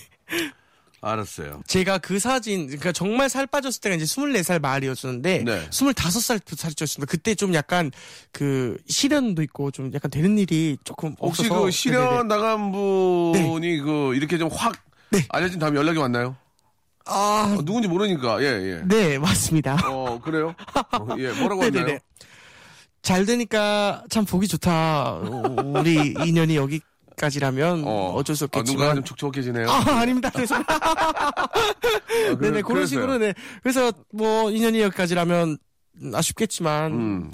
Speaker 1: 알았어요.
Speaker 3: 제가 그 사진, 그러니까 정말 살 빠졌을 때가 이제 24살 말이었었는데,
Speaker 1: 네.
Speaker 3: 25살부터 살이 쪘습니다. 그때 좀 약간 그 실현도 있고 좀 약간 되는 일이 조금 없어서.
Speaker 1: 혹시 그
Speaker 3: 네네네.
Speaker 1: 실현 나간 분이 그 이렇게 좀 확
Speaker 3: 네.
Speaker 1: 알려진 다음에 연락이 왔나요?
Speaker 3: 아,
Speaker 1: 어, 누군지 모르니까, 예, 예.
Speaker 3: 네, 맞습니다.
Speaker 1: 어, 그래요? 어, 예, 뭐라고
Speaker 3: (laughs) 네네네.
Speaker 1: 했나요?
Speaker 3: 잘 되니까 참 보기 좋다. 어, 우리 인연이 여기까지라면 어, 쩔수
Speaker 1: 아, 눈가가
Speaker 3: 없겠지만.
Speaker 1: 좀 촉촉해지네요.
Speaker 3: 아, 아닙니다. 그래서
Speaker 1: 아, 그래-
Speaker 3: 네네 그런
Speaker 1: 그래서요.
Speaker 3: 식으로 네. 그래서 뭐 인연이 여기까지라면 음, 아쉽겠지만
Speaker 1: 음.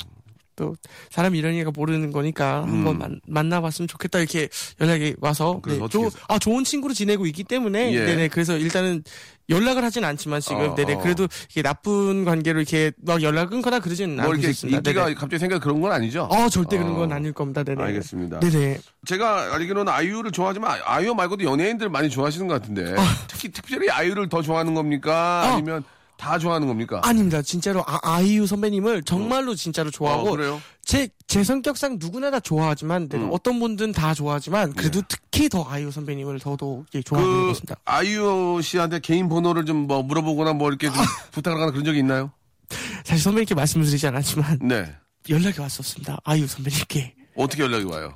Speaker 3: 또 사람 이런이가 모르는 거니까 한번 만, 만나봤으면 좋겠다 이렇게 연락이 와서
Speaker 1: 그래서
Speaker 3: 네,
Speaker 1: 음. 어떻게
Speaker 3: 조- 아 좋은 친구로 지내고 있기 때문에
Speaker 1: 예.
Speaker 3: 네네 그래서 일단은 연락을 하진 않지만 지금
Speaker 1: 어,
Speaker 3: 네네
Speaker 1: 어.
Speaker 3: 그래도 이게 나쁜 관계로 이렇게 막 연락 끊거나 그러지는
Speaker 1: 뭐 이렇게
Speaker 3: 않겠습니다.
Speaker 1: 인기가
Speaker 3: 네네.
Speaker 1: 갑자기 생겨 그런 건 아니죠?
Speaker 3: 어 절대 그런
Speaker 1: 어,
Speaker 3: 건 아닐 겁니다. 네네
Speaker 1: 알겠습니다.
Speaker 3: 네네
Speaker 1: 제가 알기로는 아이유를 좋아하지만 아이유 말고도 연예인들 많이 좋아하시는 것 같은데 특히 특별히 아이유를 더 좋아하는 겁니까?
Speaker 3: 어.
Speaker 1: 아니면 다 좋아하는 겁니까?
Speaker 3: 아닙니다. 진짜로 아, 이유 선배님을 정말로 진짜로
Speaker 1: 어,
Speaker 3: 좋아하고
Speaker 1: 그래요? 음.
Speaker 3: 제, 제 성격상 누구나 다 좋아하지만 네, 어떤 분들은 다 좋아하지만 그래도 특히 더 아이유 선배님을 더더욱 예, 좋아하는 것
Speaker 1: 네. 그
Speaker 3: 같습니다.
Speaker 1: 아이유 씨한테 개인 번호를 좀 뭐 물어보거나 뭐 이렇게 좀
Speaker 3: 아.
Speaker 1: 부탁을 하거나 그런 적이 있나요?
Speaker 3: 사실 선배님께 말씀을 드리지 않았지만 (laughs)
Speaker 1: 네.
Speaker 3: 연락이 왔었습니다. 아이유 선배님께.
Speaker 1: 어떻게 연락이 와요?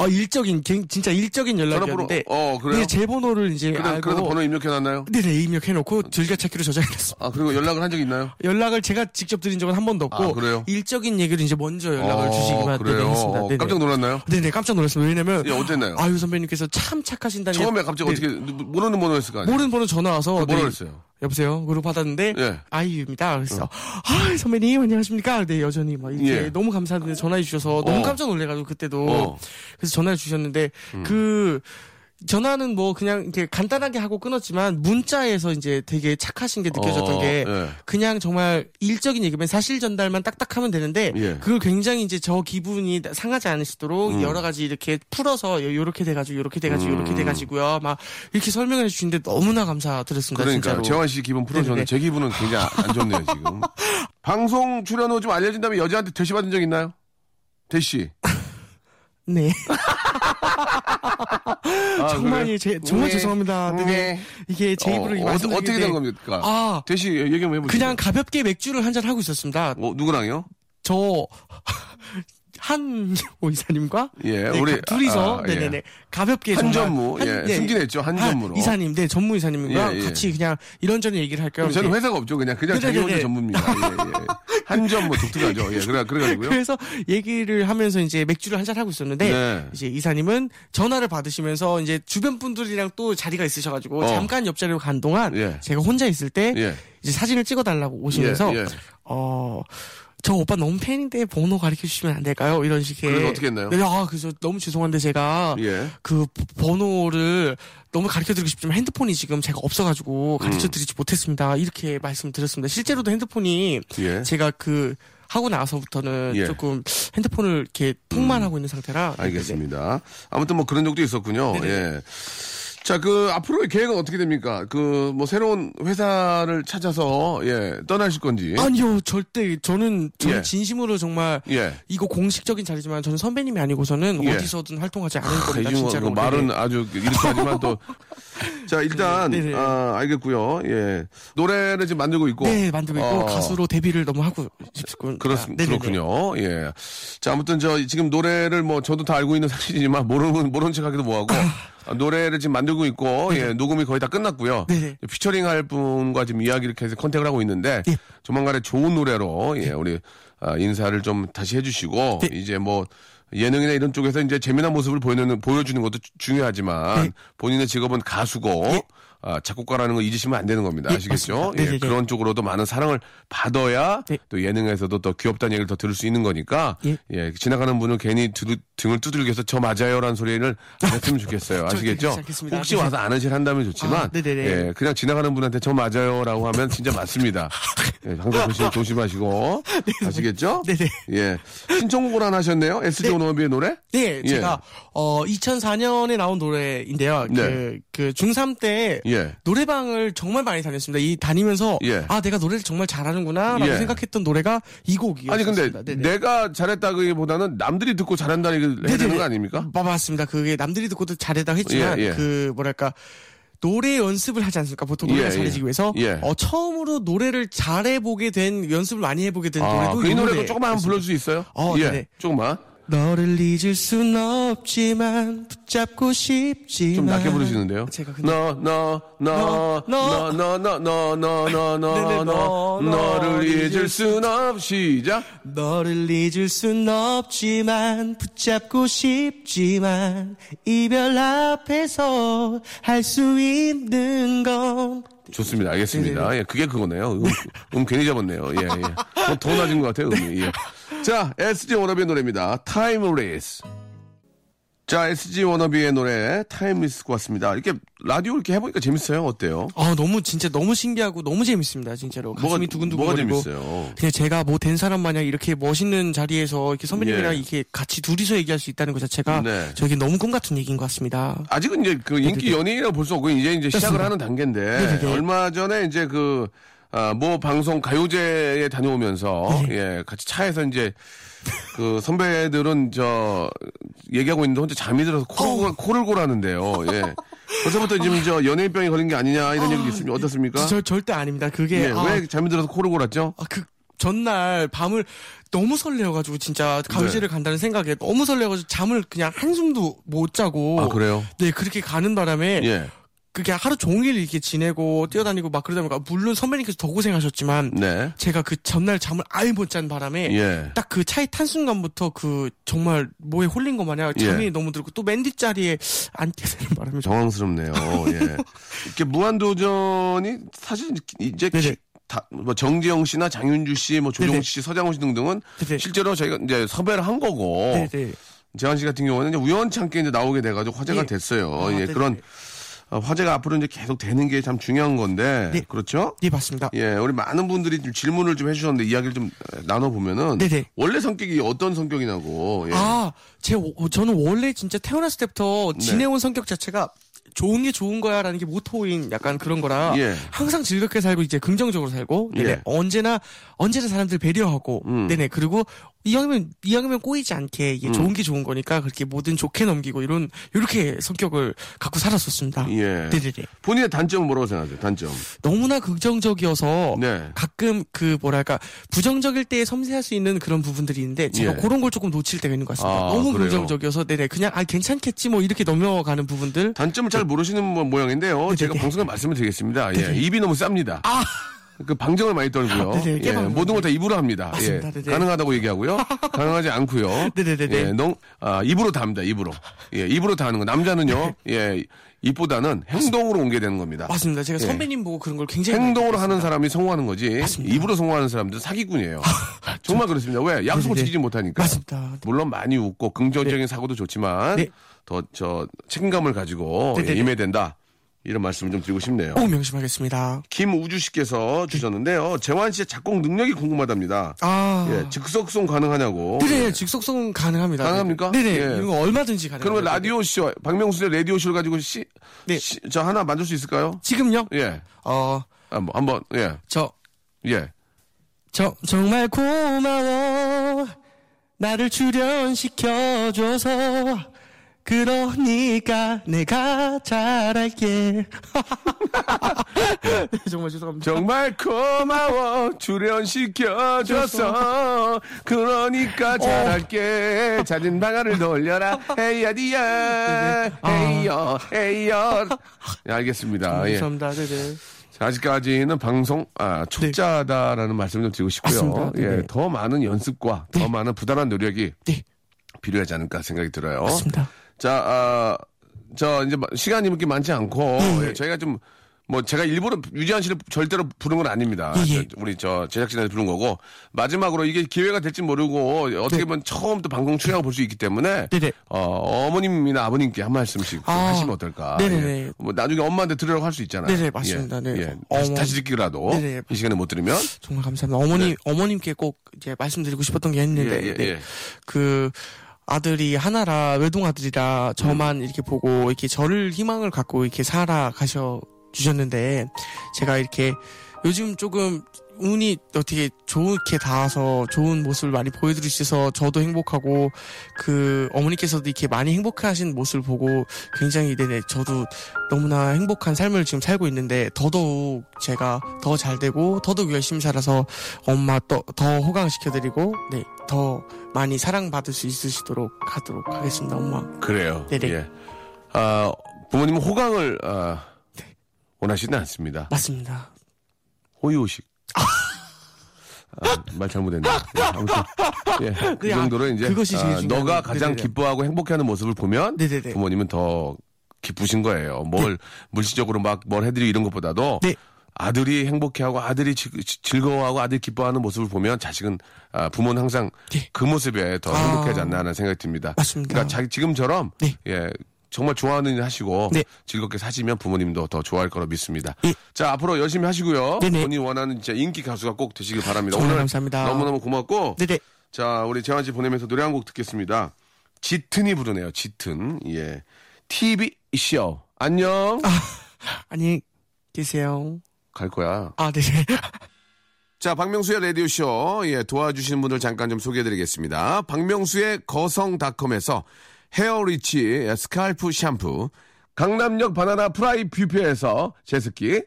Speaker 3: 아 일적인 갱- 진짜 일적인 연락이었는데
Speaker 1: 전화번호, 어, 그래요?
Speaker 3: 네, 제 번호를 이제
Speaker 1: 그래,
Speaker 3: 알고
Speaker 1: 그래서 번호 어. 입력해 놨나요?
Speaker 3: 네네 입력해놓고 즐겨찾기로 저장했습니다.
Speaker 1: 아 그리고 연락을 한 적이 있나요?
Speaker 3: 연락을 제가 직접 드린 적은 한 번도 없고
Speaker 1: 아, 그래요?
Speaker 3: 일적인 얘기를 이제 먼저 연락을
Speaker 1: 어,
Speaker 3: 주시기만
Speaker 1: 그래요?
Speaker 3: 네네, 했습니다.
Speaker 1: 어,
Speaker 3: 네네.
Speaker 1: 깜짝 놀랐나요?
Speaker 3: 네네 깜짝 놀랐습니다. 왜냐면
Speaker 1: 예, 어땠나요?
Speaker 3: 아유 선배님께서 참 착하신다는
Speaker 1: 처음에
Speaker 3: 게-
Speaker 1: 갑자기
Speaker 3: 네,
Speaker 1: 어떻게 모르는 번호였을 거 아니에요?
Speaker 3: 모르는 번호 전화 와서 네.
Speaker 1: 뭐라 그랬어요?
Speaker 3: 여보세요. 그리고 받았는데
Speaker 1: 예. 어.
Speaker 3: 아이유입니다. 그래서 아 선배님 안녕하십니까? 네 여전히 막 이렇게
Speaker 1: 예.
Speaker 3: 너무 감사한데 전화해 주셔서
Speaker 1: 어.
Speaker 3: 너무 깜짝 놀래가지고 그때도
Speaker 1: 어. 음.
Speaker 3: 그래서 전화를 주셨는데 그 전화는 뭐 그냥 이렇게 간단하게 하고 끊었지만 문자에서 이제 되게 착하신 게 느껴졌던
Speaker 1: 어,
Speaker 3: 게
Speaker 1: 예.
Speaker 3: 그냥 정말 일적인 얘기면 사실 전달만 딱딱하면 되는데
Speaker 1: 예. 음.
Speaker 3: 그걸 굉장히 이제 저 기분이 상하지 않으시도록 여러 가지 이렇게 풀어서 요렇게 돼가지고 요렇게 돼가지고 요렇게 돼가지고요 막 이렇게 설명을 해주시는데 너무나 감사드렸습니다
Speaker 1: 그러니까
Speaker 3: 진짜로
Speaker 1: 재환 씨 기분 풀어줬는데
Speaker 3: 네네. (laughs)
Speaker 1: 제 기분은 굉장히 안 좋네요 지금. 방송 출연 후 좀 알려진 다음에 여자한테 대시 받은 적 있나요? 대시.
Speaker 3: 아, 네.
Speaker 1: 아,
Speaker 3: 정말
Speaker 1: 그래요?
Speaker 3: 제, 정말
Speaker 1: 네.
Speaker 3: 죄송합니다. 네.
Speaker 1: 네.
Speaker 3: (laughs) 이게 제 입으로
Speaker 1: 어,
Speaker 3: 이
Speaker 1: 어,
Speaker 3: 말씀드리는데
Speaker 1: 어떻게 된 겁니까?
Speaker 3: 아.
Speaker 1: 대시 얘기 한번 해보시죠.
Speaker 3: 그냥 가볍게 맥주를 한 잔 하고 있었습니다.
Speaker 1: 어, 누구랑요?
Speaker 3: 저 (laughs) 한오 이사님과
Speaker 1: 예,
Speaker 3: 네,
Speaker 1: 우리-
Speaker 3: 가- 둘이서
Speaker 1: 아, 예.
Speaker 3: 네네네 가볍게
Speaker 1: 한
Speaker 3: 정말 네.
Speaker 1: 전무, 예, 승진했죠, 한 전무로.
Speaker 3: 이사님 네 전무 이사님과
Speaker 1: 예, 예.
Speaker 3: 같이 그냥 이런저런 얘기를 할까요?
Speaker 1: 그럼 저는
Speaker 3: 네.
Speaker 1: 회사가 없죠. 그냥 그냥
Speaker 3: 네,
Speaker 1: 자기
Speaker 3: 네,
Speaker 1: 혼자
Speaker 3: 네.
Speaker 1: 전부입니다. 예, 예. 한 전무 독특하죠. 예, 그래
Speaker 3: (laughs)
Speaker 1: 그래가지고요.
Speaker 3: 그래서 얘기를 하면서 이제 맥주를 한잔 하고 있었는데
Speaker 1: 네.
Speaker 3: 이제 이사님은 전화를 받으시면서 이제 주변 분들이랑 또 자리가 있으셔가지고
Speaker 1: 어.
Speaker 3: 잠깐 옆자리로 간 동안
Speaker 1: 예.
Speaker 3: 제가 혼자 있을 때
Speaker 1: 예.
Speaker 3: 이제 사진을 찍어달라고 오시면서
Speaker 1: 예, 예.
Speaker 3: 어. 저 오빠 너무 팬인데 번호 가르쳐 주시면 안 될까요? 이런 식의.
Speaker 1: 그래서 어떻게 했나요?
Speaker 3: 네, 아, 그래서 너무 죄송한데 제가
Speaker 1: 예.
Speaker 3: 그 번호를 너무 가르쳐 드리고 싶지만 핸드폰이 지금 제가 없어가지고
Speaker 1: 음.
Speaker 3: 가르쳐 드리지 못했습니다. 이렇게 말씀드렸습니다. 실제로도 핸드폰이
Speaker 1: 예.
Speaker 3: 제가 그 하고 나서부터는
Speaker 1: 예. 음.
Speaker 3: 조금 핸드폰을 이렇게 통만하고 있는 상태라
Speaker 1: 알겠습니다. 아무튼 뭐 그런 적도 있었군요.
Speaker 3: 예, 네. 네네.
Speaker 1: 예. 자, 그 앞으로의 계획은 어떻게 됩니까? 그 뭐 새로운 회사를 찾아서 예, 떠나실 건지.
Speaker 3: 네. 아니요 절대 저는 저는
Speaker 1: 예.
Speaker 3: 진심으로 정말
Speaker 1: 예.
Speaker 3: 이거 공식적인 자리지만 저는 선배님이 아니고서는
Speaker 1: 예.
Speaker 3: 어디서든 활동하지 않을
Speaker 1: 크,
Speaker 3: 겁니다
Speaker 1: 이중호,
Speaker 3: 진짜로
Speaker 1: 그 말은
Speaker 3: 네네.
Speaker 1: 아주 이렇게 하지만
Speaker 3: (laughs)
Speaker 1: 또. 자, 일단,
Speaker 3: 네네.
Speaker 1: 아, 알겠고요. 예. 노래를 지금 만들고 있고.
Speaker 3: 네 만들고 있고
Speaker 1: 어,
Speaker 3: 가수로 데뷔를 너무 하고 아, 네, 싶군
Speaker 1: 그렇, 그렇군요. 예. 자, 아무튼 저 지금 노래를 뭐 저도 다 알고 있는 (laughs) 사실이지만 모르는, 모르는 척 하기도 뭐하고. 아, 노래를 지금 만들고 있고, 예, 녹음이 거의 다 끝났고요.
Speaker 3: 네네.
Speaker 1: 피처링 할 분과 지금 이야기를 계속 컨택을 하고 있는데,
Speaker 3: 네.
Speaker 1: 조만간에 좋은 노래로, 예, 우리, 아, 인사를 좀 다시 해주시고,
Speaker 3: 네.
Speaker 1: 이제 뭐, 예능이나 이런 쪽에서 이제 재미난 모습을 보여주는, 보여주는 것도 주- 중요하지만,
Speaker 3: 네. 예.
Speaker 1: 본인의 직업은 가수고, 아, 작곡가라는 걸 잊으시면 안 되는 겁니다.
Speaker 3: 네,
Speaker 1: 아시겠죠?
Speaker 3: 맞습니다.
Speaker 1: 예,
Speaker 3: 네네네.
Speaker 1: 그런 쪽으로도 많은 사랑을 받아야
Speaker 3: 네.
Speaker 1: 또 예능에서도 더 귀엽다는 얘기를 더 들을 수 있는 거니까 예,
Speaker 3: 예.
Speaker 1: 지나가는 분은 괜히 두, 등을 두들겨서 저 맞아요라는 소리를 안
Speaker 3: (laughs)
Speaker 1: 했으면 좋겠어요. 아시겠죠?
Speaker 3: 괜찮겠습니다.
Speaker 1: 혹시
Speaker 3: 네.
Speaker 1: 와서 아는 실 한다면 좋지만
Speaker 3: 아, 네네네.
Speaker 1: 예, 그냥 지나가는 분한테 저 맞아요라고 하면 진짜
Speaker 3: (laughs)
Speaker 1: 맞습니다. 예, 항상 조심, 조심하시고 아시겠죠?
Speaker 3: 네네.
Speaker 1: 예. 신청곡을 하나 하셨네요. SG 온어비의 노래?
Speaker 3: 네,
Speaker 1: 예.
Speaker 3: 제가 어 2004년에 나온 노래인데요.
Speaker 1: 네.
Speaker 3: 그 그 중3 때
Speaker 1: 예.
Speaker 3: 노래방을 정말 많이 다녔습니다. 이 다니면서
Speaker 1: 예.
Speaker 3: 아 내가 노래를 정말 잘하는구나라고
Speaker 1: 예.
Speaker 3: 생각했던 노래가 이 곡이었습니다. 네,
Speaker 1: 아니 근데 내가 잘했다기보다는 남들이 듣고 잘한다는 얘기를 해야 되는 거 아닙니까?
Speaker 3: 마- 맞습니다. 네, 그게 남들이 듣고도 잘했다 했지만
Speaker 1: 예, 예.
Speaker 3: 그 뭐랄까 노래 연습을 하지 않습니까? 보통 노래
Speaker 1: 예,
Speaker 3: 가 잘해지기
Speaker 1: 예.
Speaker 3: 위해서
Speaker 1: 예.
Speaker 3: 어, 처음으로 노래를 잘해 보게 된 연습을 많이 해보게 된
Speaker 1: 아,
Speaker 3: 노래도
Speaker 1: 그이
Speaker 3: 이
Speaker 1: 노래도
Speaker 3: 노래.
Speaker 1: 조금만 한번 불러줄 수 있어요?
Speaker 3: 어,
Speaker 1: 예,
Speaker 3: 네네.
Speaker 1: 조금만.
Speaker 3: 너를 잊을 순 없지만 붙잡고 싶지만
Speaker 1: 좀 낮게 부르시는데요.
Speaker 3: 제가 근데 너, 너. (laughs) 네네,
Speaker 1: 너너너너너너너너너너
Speaker 3: 너,
Speaker 1: 너를
Speaker 3: 너를
Speaker 1: 잊을
Speaker 3: 잊을
Speaker 1: 순 없이 시작.
Speaker 3: 너를 잊을 순 없지만 붙잡고 싶지만 이별 앞에서 할 수 있는 건
Speaker 1: 좋습니다. 알겠습니다.
Speaker 3: 네네네.
Speaker 1: 예, 그게 그거네요. 음, 음 괜히 잡았네요. 예, 예. 어, 더 낮은 것 같아요. 음이. 예. 자, SG 워너비의 노래입니다. Time Race. 자, SG 워너비의 노래 Time Race 듣고 왔습니다. 이렇게 라디오 이렇게 해보니까 재밌어요. 어때요?
Speaker 3: 아 너무 진짜 너무 신기하고 너무 재밌습니다 진짜로 가슴이 두근두근
Speaker 1: 뭐가
Speaker 3: 거리고
Speaker 1: 재밌어요?
Speaker 3: 그냥 제가 뭐 된 사람 마냥 이렇게 멋있는 자리에서 이렇게 선배님이랑
Speaker 1: 예.
Speaker 3: 이렇게 같이 둘이서 얘기할 수 있다는 것 자체가
Speaker 1: 네.
Speaker 3: 저에게 너무 꿈 같은 얘기인 것 같습니다
Speaker 1: 아직은 이제 그
Speaker 3: 네,
Speaker 1: 인기 연예인이라고 볼 수 없고 이제 이제 시작을
Speaker 3: 그렇습니다.
Speaker 1: 하는 단계인데
Speaker 3: 네네네.
Speaker 1: 얼마 전에 이제 그 아, 모 방송 가요제에 다녀오면서
Speaker 3: 네,
Speaker 1: 예 같이 차에서 이제 그 선배들은 저 얘기하고 있는데 혼자 잠이 들어서 코를 코를 골하는데요. 예. 벌써부터 지금 저 연예인병이 걸린 게 아니냐 이런 얘기도 있습니다. 어떻습니까?
Speaker 3: 저 절대 아닙니다 그게
Speaker 1: 예,
Speaker 3: 아,
Speaker 1: 왜 잠이 들어서 코를 골았죠?
Speaker 3: 아, 그 전날 밤을 너무 설레어가지고 진짜 가요제를
Speaker 1: 네.
Speaker 3: 간다는 생각에 너무 설레어가지고 잠을 그냥 한숨도 못 자고
Speaker 1: 아, 그래요?
Speaker 3: 네 그렇게 가는 바람에
Speaker 1: 예.
Speaker 3: 그게 하루 종일 이렇게 지내고 뛰어다니고 막 그러다 보니까 물론 선배님께서 더 고생하셨지만
Speaker 1: 네.
Speaker 3: 제가 그 전날 잠을 아예 못 잔 바람에
Speaker 1: 예.
Speaker 3: 딱 그 차에 탄 순간부터 그 정말 뭐에 홀린 것 마냥 잠이
Speaker 1: 예.
Speaker 3: 너무 들고 또 맨 뒷자리에 앉게 되는 바람에 정말
Speaker 1: 당황스럽네요. 예. 이렇게 무한도전이 사실 이제
Speaker 3: 네네.
Speaker 1: 기- 다, 뭐 정재영 씨나 장윤주 씨, 뭐 조종
Speaker 3: 네네.
Speaker 1: 씨, 서장훈 씨 등등은
Speaker 3: 네네.
Speaker 1: 실제로 저희가 이제 섭외를 한 거고
Speaker 3: 네네
Speaker 1: 재환 씨 같은 경우는 이제 우연찮게 이제 나오게 돼가지고 화제가
Speaker 3: 예.
Speaker 1: 됐어요.
Speaker 3: 아,
Speaker 1: 예,
Speaker 3: 네네.
Speaker 1: 그런 어, 화제가 앞으로 이제 계속 되는 게 참 중요한 건데
Speaker 3: 네.
Speaker 1: 그렇죠?
Speaker 3: 예 맞습니다
Speaker 1: 예, 우리 많은 분들이 좀 질문을 좀 해주셨는데 이야기를 좀 나눠 보면은
Speaker 3: 네네.
Speaker 1: 원래 성격이 어떤 성격이냐고. 예. 네.
Speaker 3: 어, 아, 제 오- 저는 원래 진짜 태어났을 때부터 지내온 성격 자체가 좋은 게 좋은 거야라는 게 모토인 약간 그런 거라
Speaker 1: 예.
Speaker 3: 항상 즐겁게 살고 이제 긍정적으로 살고 네네.
Speaker 1: 예. 음.
Speaker 3: 언제나 언제나 사람들 배려하고 네네 그리고 이왕이면 이왕이면 꼬이지 않게 이게 좋은 게 좋은 거니까 그렇게 뭐든 좋게 넘기고 이런 이렇게 성격을 갖고 살았었습니다.
Speaker 1: 예.
Speaker 3: 네네네.
Speaker 1: 본인의 단점은 뭐라고 생각하세요? 단점.
Speaker 3: 너무나 긍정적이어서
Speaker 1: 네.
Speaker 3: 가끔 그 뭐랄까 부정적일 때 섬세할 수 있는 그런 부분들이 있는데 제가
Speaker 1: 예.
Speaker 3: 그런 걸 조금 놓칠 때가 있는 것 같습니다.
Speaker 1: 아,
Speaker 3: 너무
Speaker 1: 그래요?
Speaker 3: 긍정적이어서 네네 그냥 아 괜찮겠지 뭐 이렇게 넘어가는 부분들
Speaker 1: 단점을 잘 모르시는 뭐 모- 모양인데요.
Speaker 3: 네,
Speaker 1: 제가 방송에 말씀을 드리겠습니다. 예, 입이 너무 쌉니다. 그 방정을 많이 떨고요.
Speaker 3: 아. 네네,
Speaker 1: 예,
Speaker 3: 깨방정.
Speaker 1: 모든 걸 다 입으로 합니다. 예,
Speaker 3: 맞습니다. 네네.
Speaker 1: 가능하다고
Speaker 3: (laughs)
Speaker 1: 얘기하고요. 가능하지 않고요.
Speaker 3: 네네네네.
Speaker 1: 예, 너무- 아, 입으로 다 합니다. 입으로. 예, 입으로 다 하는 거. 남자는요.
Speaker 3: 네.
Speaker 1: 예, 입보다는 행동으로 옮겨야 되는 겁니다.
Speaker 3: 맞습니다. 제가
Speaker 1: 예.
Speaker 3: 선배님 보고 그런 걸 굉장히 많이
Speaker 1: 행동으로 하는 사람이 성공하는 거지
Speaker 3: 예, 맞습니다. 아,
Speaker 1: 입으로 성공하는 사람들은 사기꾼이에요. (laughs) 정말 그렇습니다. 왜 약속을
Speaker 3: 네네.
Speaker 1: 지키지 못하니까.
Speaker 3: 맞습니다.
Speaker 1: 물론 많이 웃고 긍정적인 사고도 좋지만
Speaker 3: 네.
Speaker 1: 더 저 책임감을 가지고
Speaker 3: 네네네. 어.
Speaker 1: 예, 임해야 된다. 이런 말씀을 좀 드리고 싶네요.
Speaker 3: 꼭 명심하겠습니다.
Speaker 1: 김우주 씨께서 주셨는데요. 재환 씨의 작곡 능력이 궁금하답니다.
Speaker 3: 아. 네,
Speaker 1: 예, 즉석송 가능하냐고. 예.
Speaker 3: 그래 즉석송 가능합니다.
Speaker 1: 가능합니까?
Speaker 3: 네네
Speaker 1: 예.
Speaker 3: 이런 거 얼마든지 가능.
Speaker 1: 그러면 라디오 쇼, 박명수의 라디오 쇼를 가지고 씨,
Speaker 3: 네.
Speaker 1: 씨- 저 하나 만들 수 있을까요?
Speaker 3: 지금요?
Speaker 1: 예.
Speaker 3: 어
Speaker 1: 아, 뭐, 한번, 예.
Speaker 3: 저
Speaker 1: 예.
Speaker 3: 저, 정말 고마워. 나를 출연시켜줘서. 그러니까 내가 잘할게. (laughs) 네, 정말
Speaker 1: (laughs)
Speaker 3: 죄송합니다.
Speaker 1: 정말 고마워 출연시켜줘서 그러니까 잘할게 잦은 방아를 돌려라 헤이야디야 헤이여 헤이여 예, 알겠습니다 예.
Speaker 3: 감사합니다. 네네.
Speaker 1: 자, 아직까지는 방송 아, 초짜다라는 말씀을 좀 드리고 싶고요
Speaker 3: 네. 맞습니다. 네네.
Speaker 1: 예, 더 많은 연습과 더 많은 부단한 노력이
Speaker 3: 네.
Speaker 1: 필요하지 않을까 생각이 들어요
Speaker 3: 맞습니다.
Speaker 1: 자, 아, 저 이제 마- 시간이 그렇게 많지
Speaker 3: 네,
Speaker 1: 않고 예, 저희가 좀 뭐 제가 일부러 유지한 씨를 절대로 부른 건 아닙니다.
Speaker 3: 예, 예.
Speaker 1: 저- 우리 저 제작진한테 부른 거고 마지막으로 이게 기회가 될지 모르고 어떻게 보면 처음 또 방송 출연을 볼 수 있기 때문에
Speaker 3: 네. 네네.
Speaker 1: 어, 머님이나 아버님께 한 말씀씩 좀
Speaker 3: 아,
Speaker 1: 하시면 어떨까.
Speaker 3: 네네네.
Speaker 1: 예. 뭐 나중에 엄마한테 들으라고 할 수 있잖아요.
Speaker 3: 네네, 맞습니다. 네.
Speaker 1: 예, 다시,
Speaker 3: 어머.
Speaker 1: 다시 듣기라도
Speaker 3: 네네.
Speaker 1: 이 시간에 못 들으면
Speaker 3: 정말 감사합니다. 어머니, 어머님께 꼭 이제 말씀드리고 싶었던 게
Speaker 1: 네.
Speaker 3: 있는데.
Speaker 1: 예, 예,
Speaker 3: 네.
Speaker 1: 예.
Speaker 3: 그, 아들이 하나라, 외동 아들이라 저만 이렇게 보고, 이렇게 저를 희망을 갖고 이렇게 살아가셔 주셨는데, 제가 이렇게 요즘 조금 운이 어떻게 좋게 닿아서 좋은 모습을 많이 보여드릴 수 있어서 저도 행복하고, 그, 어머니께서도 이렇게 많이 행복해 하신 모습을 보고 굉장히, 네네, 저도 너무나 행복한 삶을 지금 살고 있는데 더더욱 제가 더 잘 되고 더더욱 열심히 살아서 엄마 더, 더 호강시켜드리고 네, 더 많이 사랑받을 수 있으시도록 하도록 하겠습니다 엄마
Speaker 1: 그래요.
Speaker 3: 네네.
Speaker 1: 예. 아, 부모님은 호강을 아, 원하시는 않습니다.
Speaker 3: 맞습니다
Speaker 1: 호의호식. 아, 말 잘못했네. 예, 아무튼, 예, 그
Speaker 3: 그냥
Speaker 1: 정도로 이제
Speaker 3: 그것이 제일
Speaker 1: 아,
Speaker 3: 중요한
Speaker 1: 너가
Speaker 3: 거예요.
Speaker 1: 가장
Speaker 3: 네네네.
Speaker 1: 기뻐하고 행복해하는 모습을 보면
Speaker 3: 네네네.
Speaker 1: 부모님은 더 기쁘신 거예요. 뭘 물질적으로 막 뭘 해드리고 이런 것보다도
Speaker 3: 네.
Speaker 1: 아들이 행복해하고 아들이 지- 지- 즐거워하고 아들이 기뻐하는 모습을 보면 자식은 아, 부모는 항상
Speaker 3: 네.
Speaker 1: 그 모습에 더
Speaker 3: 아.
Speaker 1: 행복하지 않나 하는 생각이 듭니다.
Speaker 3: 맞습니다.
Speaker 1: 그러니까 자기 지금처럼
Speaker 3: 네.
Speaker 1: 예, 정말 좋아하는 일 하시고
Speaker 3: 네.
Speaker 1: 즐겁게 사시면 부모님도 더 좋아할 거로 믿습니다.
Speaker 3: 예.
Speaker 1: 자 앞으로 열심히 하시고요.
Speaker 3: 네네.
Speaker 1: 어? 본인 원하는 진짜 인기 가수가 꼭 되시길 바랍니다.
Speaker 3: 정말 감사합니다.
Speaker 1: 너무너무 고맙고
Speaker 3: 네네
Speaker 1: 자 우리 재환 씨 보내면서 노래 한 곡 듣겠습니다. 짙은이 부르네요. 짙은 예 TV 쇼 안녕
Speaker 3: 아. 안녕히 계세요
Speaker 1: 갈 거야.
Speaker 3: 아 네네
Speaker 1: 자, 박명수의 라디오쇼, 예, 도와주시는 분들 잠깐 좀 소개해드리겠습니다. 박명수의 거성닷컴에서 헤어리치 예, 스칼프 샴푸, 강남역 바나나 프라이 뷔페에서 제습기,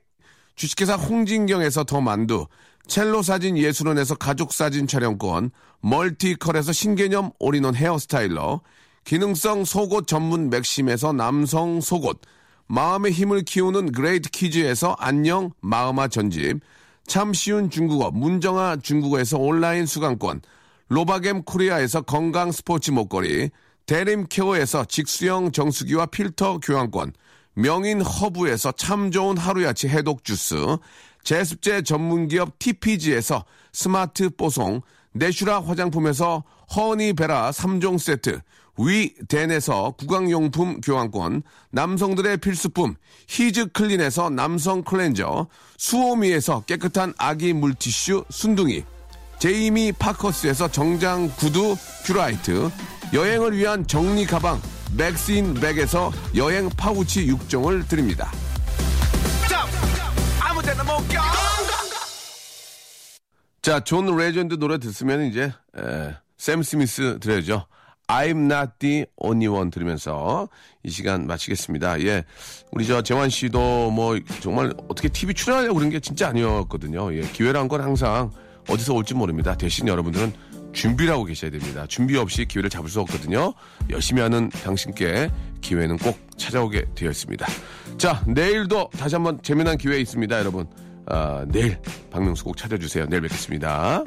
Speaker 1: 주식회사 홍진경에서 더 만두, 첼로 사진 예술원에서 가족 사진 촬영권, 멀티컬에서 신개념 올인원 헤어스타일러, 기능성 속옷 전문 맥심에서 남성 속옷, 마음의 힘을 키우는 그레이트 키즈에서 안녕 마음아 전집, 참 쉬운 중국어 문정아 중국어에서 온라인 수강권, 로바겜 코리아에서 건강 스포츠 목걸이, 대림 케어에서 직수형 정수기와 필터 교환권, 명인 허브에서 참 좋은 하루야치 해독 주스, 제습제 전문기업 TPG에서 스마트 뽀송, 내슈라 화장품에서 허니베라 3종 세트, 위덴에서 구강용품 교환권, 남성들의 필수품 히즈클린에서 남성 클렌저, 수오미에서 깨끗한 아기 물티슈 순둥이, 제이미 파커스에서 정장 구두 큐라이트 여행을 위한 정리 가방 맥스인 백에서 여행 파우치 6종을 드립니다. 자, 존 레전드 노래 듣으면 이제 에, 샘 스미스 들어야죠. I'm not the only one 들으면서 이 시간 마치겠습니다. 예. 우리 저 재환 씨도 뭐 정말 어떻게 TV 출연하려고 그런 게 진짜 아니었거든요. 예. 기회란 건 항상 어디서 올지 모릅니다. 대신 여러분들은 준비를 하고 계셔야 됩니다. 준비 없이 기회를 잡을 수 없거든요. 열심히 하는 당신께 기회는 꼭 찾아오게 되어 있습니다. 자, 내일도 다시 한번 재미난 기회 있습니다, 여러분. 아, 내일 박명수 꼭 찾아주세요. 내일 뵙겠습니다.